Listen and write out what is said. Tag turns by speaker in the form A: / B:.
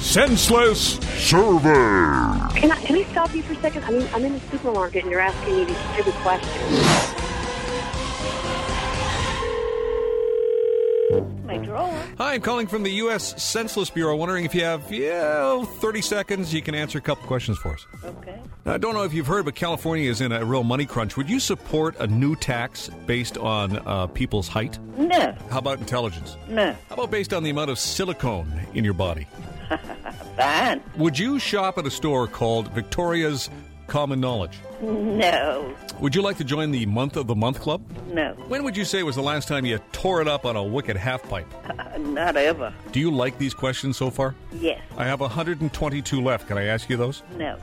A: senseless survey.
B: Can I, can I stop you for a second? I mean, I'm in the supermarket and you're asking me these stupid questions.
C: My drawer.
D: Hi, I'm calling from the U.S. Census Bureau, wondering if you have, yeah, 30 seconds. You can answer a couple questions for us.
C: Okay.
D: I don't know if you've heard, but California is in a real money crunch. Would you support a new tax based on uh, people's height?
C: No,
D: How about intelligence?
C: no.
D: How about based on the amount of silicone in your body?
C: Fine.
D: Would you shop at a store called Victoria's Common Knowledge?
C: No,
D: Would you like to join the Month of the Month Club?
C: no.
D: When would you say was the last time you tore it up on a wicked half pipe?
C: Uh, Not ever.
D: Do you like these questions so far?
C: Yes.
D: I have 122 left. Can I ask you those?
C: No.